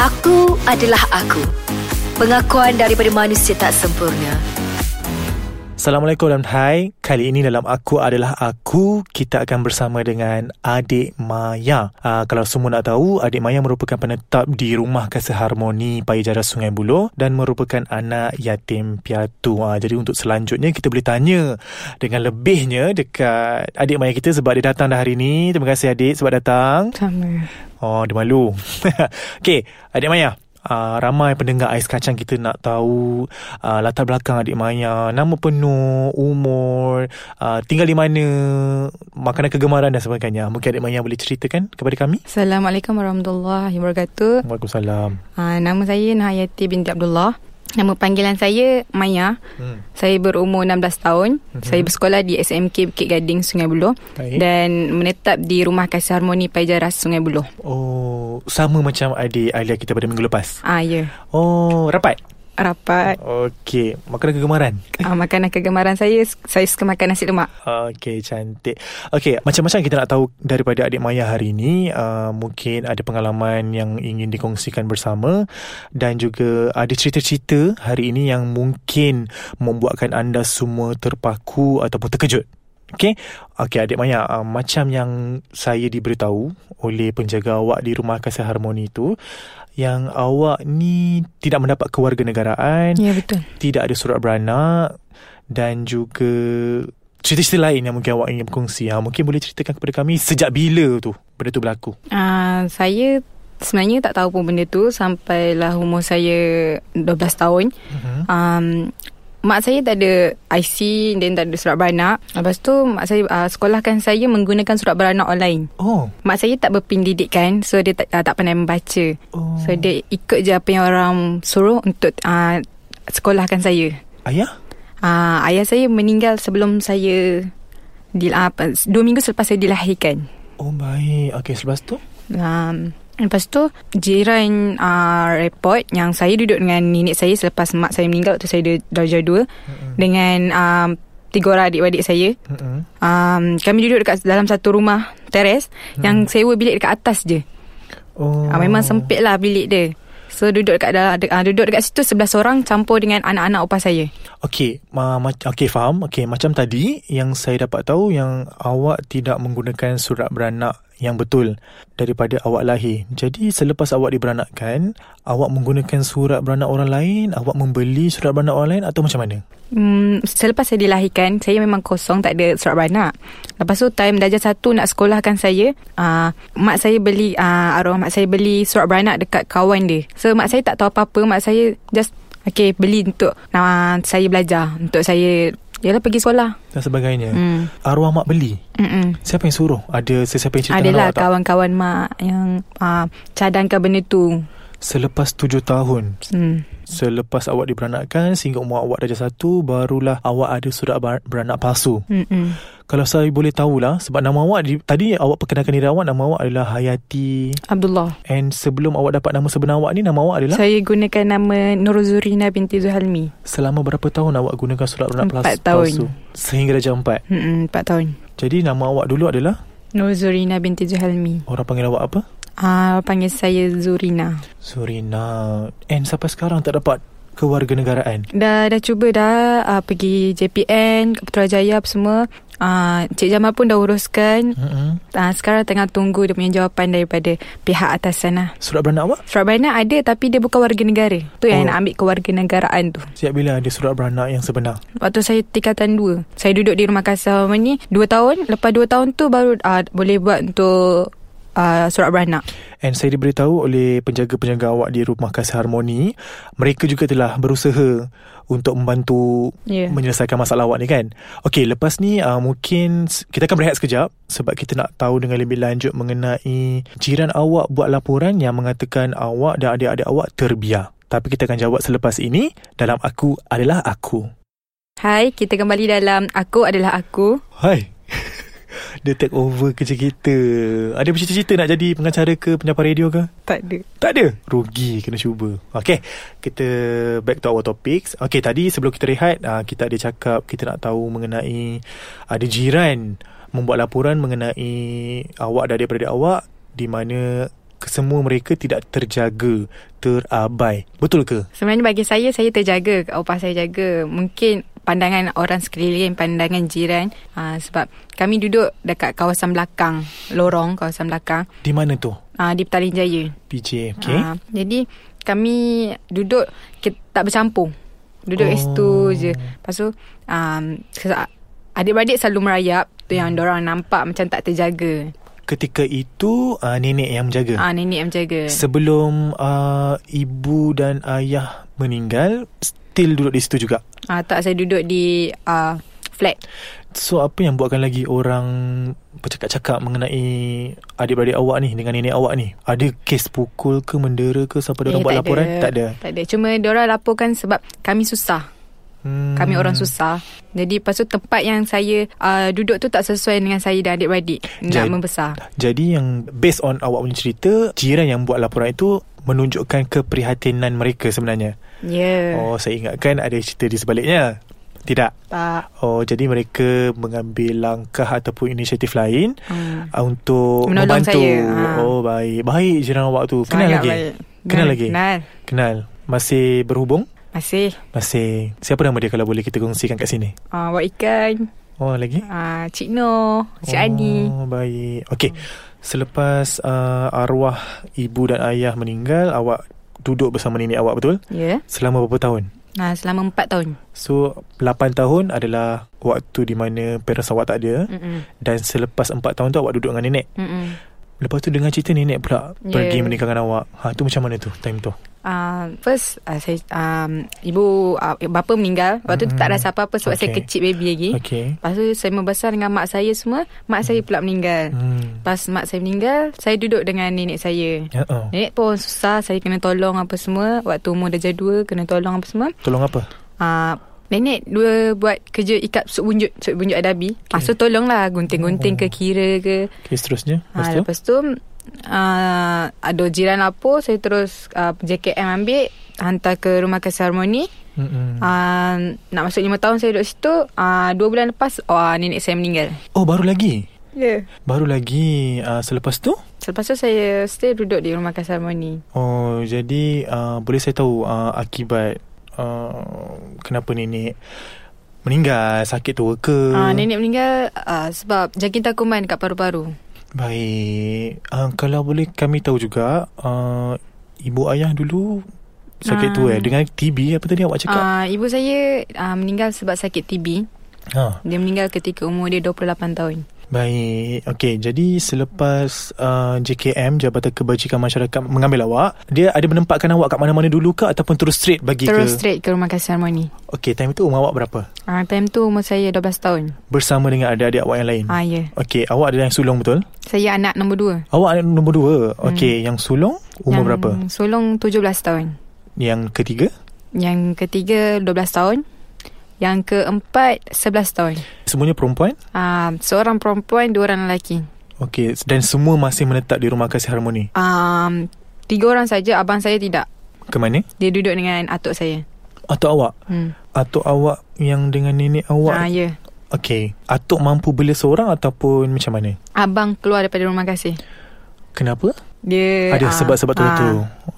Aku adalah aku. Pengakuan daripada manusia tak sempurna. Assalamualaikum dan hai. Kali ini dalam Aku Adalah Aku, kita akan bersama dengan Adik Maya. Uh, kalau semua nak tahu, Adik Maya merupakan penetap di Rumah Kasih Harmoni Payijara Sungai Buloh dan merupakan anak yatim piatu. Uh, jadi untuk selanjutnya, kita boleh tanya dengan lebihnya dekat Adik Maya kita sebab dia datang dah hari ini. Terima kasih Adik sebab datang. Sama. Oh, dia malu. Okey, Adik Maya. Uh, ramai pendengar ais kacang kita nak tahu uh, latar belakang adik Maya, nama penuh, umur, uh, tinggal di mana, makanan kegemaran dan sebagainya. Mungkin adik Maya boleh ceritakan kepada kami? Assalamualaikum warahmatullahi wabarakatuh. Waalaikumsalam. Ha, nama saya Nahayati binti Abdullah. Nama panggilan saya Maya. Hmm, Saya berumur 16 tahun. Mhm. Saya bersekolah di SMK Bukit Gading Sungai Buloh baik. dan menetap di Rumah Kasih Harmoni Pajara Sungai Buloh. Oh, sama macam adik Alia kita pada minggu lepas. Ah ya, Oh, rapat. rapat. Okey, makanan kegemaran. Ah, makanan kegemaran saya saya suka makan nasi lemak. Okey, cantik. Okey, macam-macam kita nak tahu daripada adik Maya hari ini, uh, mungkin ada pengalaman yang ingin dikongsikan bersama dan juga ada cerita-cerita hari ini yang mungkin membuatkan anda semua terpaku ataupun terkejut. Okey. Okey, adik Maya, uh, macam yang saya diberitahu oleh penjaga awak di Rumah Kasih Harmoni itu yang awak ni tidak mendapat kewarganegaraan Ya betul. tidak ada surat beranak dan juga cerita-cerita lain yang mungkin awak ingin berkongsi. Ha, mungkin boleh ceritakan kepada kami sejak bila tu benda tu berlaku. Ah, saya sebenarnya tak tahu pun benda tu sampailah umur saya 12 tahun. Uh-huh. um, Mak saya tak ada IC Dan tak ada surat beranak Lepas tu Mak saya uh, Sekolahkan saya Menggunakan surat beranak online Oh. Mak saya tak berpendidikan So dia tak, uh, tak pandai membaca oh. So dia ikut je Apa yang orang suruh Untuk uh, Sekolahkan saya Ayah? uh, Ayah saya meninggal Sebelum saya di, uh, Dua minggu selepas saya dilahirkan Oh baik. Okey, selepas tu? um, Lepas tu Jiran uh, report Yang saya duduk dengan Nenek saya Selepas mak saya meninggal Waktu saya dah- darjah dua dengan um, tiga orang adik-adik saya. Mm-mm. Um, kami duduk dekat dalam satu rumah teres hmm. yang sewa bilik dekat atas je. Oh. Oh. Uh, memang sempit lah bilik dia. So duduk dekat dalam uh, duduk dekat situ 11 orang campur dengan anak-anak opah saya. Okey, ma- ma- okey faham. Okey, macam tadi yang saya dapat tahu yang awak tidak menggunakan surat beranak yang betul daripada awak lahir. Jadi selepas awak diberanakkan, awak menggunakan surat beranak orang lain, awak membeli surat beranak orang lain atau macam mana? Hmm, selepas saya dilahirkan Saya memang kosong Tak ada surat beranak Lepas tu time darjah satu Nak sekolahkan saya uh, Mak saya beli uh, Arwah mak saya beli Surat beranak dekat kawan dia So mak saya tak tahu apa-apa Mak saya just Okay beli untuk uh, Saya belajar Untuk saya Yalah pergi sekolah dan sebagainya. Hmm. hmm. Arwah mak beli. Mm-mm. Siapa yang suruh? Ada sesiapa yang cerita dengan Adalah awak tak? kawan-kawan mak Yang uh, Cadangkan benda tu Selepas tujuh tahun, hmm. selepas awak diberanakkan sehingga umur awak darjah satu, barulah awak ada surat bar- beranak palsu. Mm-mm. Kalau saya boleh tahulah, sebab nama awak, di, tadi awak perkenalkan diri awak, nama awak adalah Hayati. Abdullah And sebelum awak dapat nama sebenar awak ni, nama awak adalah? Saya gunakan nama Nuruzurina binti Zuhalmi Selama berapa tahun awak gunakan surat beranak palsu? Empat tahun. palsu? Sehingga darjah empat. Mm-mm, 4 tahun Jadi nama awak dulu adalah, Nur Zurina binti Zuhalmi. orang panggil awak apa? Ah, panggil saya Zurina. Surina. And sampai sekarang tak dapat kewarganegaraan. Dah dah cuba dah ah, pergi JPN, ke Putrajaya apa semua. Ah, Cik Jamal pun dah uruskan. Mm-mm. Ah, sekarang tengah tunggu dia punya jawapan daripada pihak atasan lah. Surat beranak awak? Surat beranak ada tapi dia bukan warga negara. Tu Oh. yang nak ambil kewarganegaraan tu. Sejak bila ada surat beranak yang sebenar? Waktu saya tingkatan 2. Saya duduk di rumah kasar mama ni 2 tahun. Lepas 2 tahun tu baru ah, boleh buat untuk ah, surat beranak. And saya diberitahu oleh penjaga-penjaga awak di Rumah Kasih Harmoni, mereka juga telah berusaha untuk membantu yeah. Ya. menyelesaikan masalah awak ni kan. Okey, lepas ni uh, mungkin s- kita akan berehat sekejap sebab kita nak tahu dengan lebih lanjut mengenai jiran awak buat laporan yang mengatakan awak dan adik-adik awak terbiar. Tapi kita akan jawab selepas ini dalam Aku Adalah Aku. Hai, kita kembali dalam Aku Adalah Aku. Hai. Dia take over kerja kita. Ada bercita-cita nak jadi pengacara ke penyampai radio ke? Tak ada. Tak ada Rugi kena cuba Okay Kita back to our topics Okay tadi sebelum kita rehat uh, Kita ada cakap Kita nak tahu mengenai Ada jiran Membuat laporan mengenai Awak dan daripada awak Di mana semua mereka tidak terjaga, terabai. Betul ke? Sebenarnya bagi saya Saya terjaga Opah saya jaga Mungkin pandangan orang sekeliling Pandangan jiran uh, Sebab kami duduk Dekat kawasan belakang Lorong kawasan belakang Di mana tu? uh, Di Petaling Jaya PJ, okay? Ah, Jadi kami duduk kita tak bercampur. Duduk oh. kat situ je. Lepas tu um, kes- adik-beradik selalu merayap. Tu yang orang nampak macam tak terjaga. Ketika itu, uh, nenek yang menjaga. Ah nenek yang jaga. Sebelum uh, ibu dan ayah meninggal, still duduk di situ juga. Ah tak saya duduk di uh, flat. So apa yang buatkan lagi orang bercakap-cakap mengenai adik-beradik awak ni dengan nenek awak ni? Ada kes pukul ke mendera ke siapa dia orang buat Eh, tak laporan? ada. Tak ada. Tak ada. Cuma orang laporkan sebab kami susah. Hmm. Kami orang susah. Jadi lepas tu tempat yang saya uh, duduk tu tak sesuai dengan saya dan adik-beradik nak Jadi- Oh. membesar. Jadi yang based on awak punya cerita, jiran yang buat laporan itu menunjukkan keprihatinan mereka sebenarnya. Ya. Yeah. Oh, saya ingatkan ada cerita di sebaliknya. Tidak. Tak. Oh, jadi mereka mengambil langkah ataupun inisiatif lain Hmm. uh, untuk Menolong membantu. saya, ha. Oh, baik. Baik jiran awak tu. Kenal Sangat lagi? baik. Kenal lagi? Kenal. Kenal. Masih berhubung? Masih. Masih. Siapa nama dia kalau boleh kita kongsikan kat sini? Uh, Wak Ikan, Oh, lagi? uh, Cik Noh, Cik oh. Ani. Oh, baik. Okey. Selepas uh, arwah ibu dan ayah meninggal, awak duduk bersama nenek awak betul? Ya. Yeah. Selama berapa tahun? Nah, selama 4 tahun. So, 8 tahun adalah waktu di mana parents awak tak ada Mm-mm. dan selepas 4 tahun tu awak duduk dengan nenek. Mm-mm. Lepas tu dengar cerita nenek pula yeah. Yeah. pergi meninggalkan awak. Ha, tu macam mana tu time tu? Uh, first uh, saya um, ibu uh, bapa meninggal. Waktu tu Mm-mm. tak rasa apa-apa sebab okay. saya Okay. kecil baby lagi. Okay. Okey. Lepas tu saya membesar dengan mak saya semua, mak saya pula meninggal. Hmm. Lepas mak saya meninggal, saya duduk dengan nenek saya. Ya, oh. Nenek pun susah, saya kena tolong apa semua. Waktu umur darjah 2 kena tolong apa semua. Tolong apa? Uh, nenek dua buat kerja ikat sup bunjut, sup bunjut adabi. Okay. Ah, so tolonglah gunting-gunting ke kira ke. Okey, seterusnya. Oh. Lepas Ha, tu? lepas tu uh, ada jiran lapor, saya terus uh, JKM ambil hantar ke rumah kasih harmoni. Mm-mm. Uh, nak masuk lima tahun saya duduk situ. Uh, dua bulan lepas oh, nenek saya meninggal. Oh, baru lagi? Ya. Yeah. Baru lagi uh, selepas tu? Selepas tu saya stay duduk di rumah kasih harmoni. Oh, jadi uh, boleh saya tahu uh, akibat uh, kenapa nenek meninggal, sakit tua ke? Uh, nenek meninggal uh, sebab jangkitakuman dekat paru-paru. Baik. Uh, kalau boleh kami tahu juga, uh, ibu ayah dulu sakit Ah. tua eh? Dengan TB apa tadi awak cakap? Uh, ibu saya uh, meninggal sebab sakit TB. Ha, Dia meninggal ketika umur dia 28 tahun. baik. Okey, jadi selepas uh, JKM, Jabatan Kebajikan Masyarakat mengambil awak, dia ada menempatkan awak kat mana-mana dulu ke ataupun terus straight bagi ke? Terus straight ke rumah kasih harmoni. Okey, time itu umur awak berapa? Ah, time tu umur saya 12 tahun. Bersama dengan adik-adik awak yang lain? Ah, ya. Yeah. Okey, awak adalah yang sulung betul? Saya anak nombor dua. Awak anak nombor dua. Okey, yang sulung umur Hmm. yang berapa? Sulung 17 tahun. Yang ketiga? Yang ketiga 12 tahun. Yang keempat 11 tahun. Semuanya perempuan? Ah, seorang perempuan, dua orang lelaki. Okey, dan semua masih menetap di rumah kasih harmoni. Um, tiga orang saja abang saya tidak. Ke mana? Dia duduk dengan atuk saya. Atuk awak? Hmm. Atuk awak yang dengan nenek Ah, awak? ya. Yeah. Okey, atuk mampu bela seorang ataupun macam mana? Abang keluar daripada rumah kasih. Kenapa? Dia Ada ah, sebab-sebab ah, tertentu.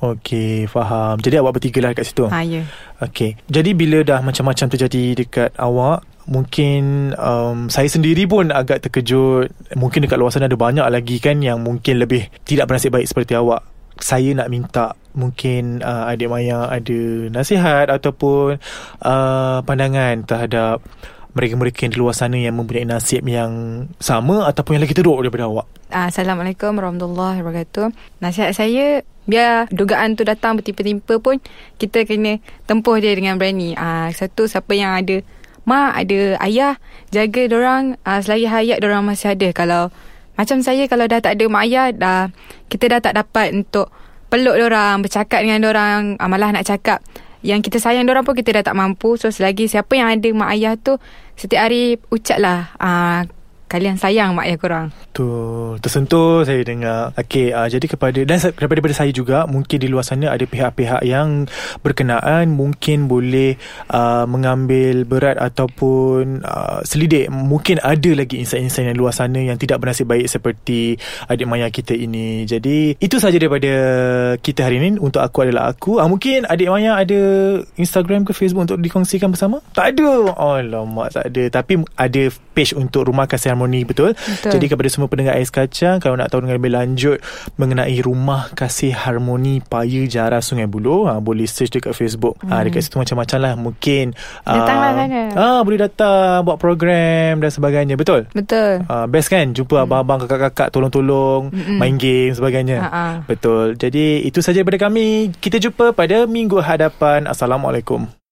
Okey, faham. Jadi awak bertiga lah kat situ? Ah, ya. Yeah. Okey. Jadi bila dah macam-macam terjadi dekat awak, mungkin um, saya sendiri pun agak terkejut. Mungkin dekat luar sana ada banyak lagi kan yang mungkin lebih tidak bernasib baik seperti awak. Saya nak minta mungkin uh, adik Maya ada nasihat ataupun uh, pandangan terhadap mereka-mereka yang di luar sana yang mempunyai nasib yang sama ataupun yang lagi teruk daripada awak. Ah, Assalamualaikum warahmatullahi wabarakatuh. Nasihat saya, biar dugaan tu datang bertimpa-timpa pun, kita kena tempuh dia dengan berani. Ah, satu, siapa yang ada mak, ada ayah, jaga dorang ah, selagi hayat dorang masih ada. Kalau macam saya, kalau dah tak ada mak ayah, dah, kita dah tak dapat untuk peluk dorang, bercakap dengan dorang, ah, malah nak cakap yang kita sayang dorang pun kita dah tak mampu. So, selagi siapa yang ada mak ayah tu, setiap hari ucaplah ah, Kalian sayang mak ayah korang Tu tersentuh saya dengar. Okey, uh, jadi kepada dan sa- daripada daripada saya juga mungkin di luar sana ada pihak-pihak yang berkenaan mungkin boleh uh, mengambil berat ataupun uh, selidik mungkin ada lagi insan-insan yang luar sana yang tidak bernasib baik seperti adik maya kita ini. Jadi itu saja daripada kita hari ini untuk aku adalah aku. Uh, mungkin adik maya ada Instagram ke Facebook untuk dikongsikan bersama? Tak ada. Alamak tak ada. Tapi ada page untuk Rumah Kasih Harmoni betul? Betul. Jadi kepada semua pendengar Ais Kacang Kalau nak tahu dengan lebih lanjut Mengenai Rumah Kasih Harmoni Paya Jara Sungai Buloh ha, Boleh search dekat Facebook hmm. ha, Dekat situ macam-macam lah Mungkin Datanglah ah, sana. ah, Boleh datang Buat program dan sebagainya Betul? Betul Uh, best kan Hmm. jumpa abang-abang kakak-kakak tolong-tolong Mm-mm. main game sebagainya Ha, ha. betul jadi itu saja daripada kami kita jumpa pada minggu hadapan assalamualaikum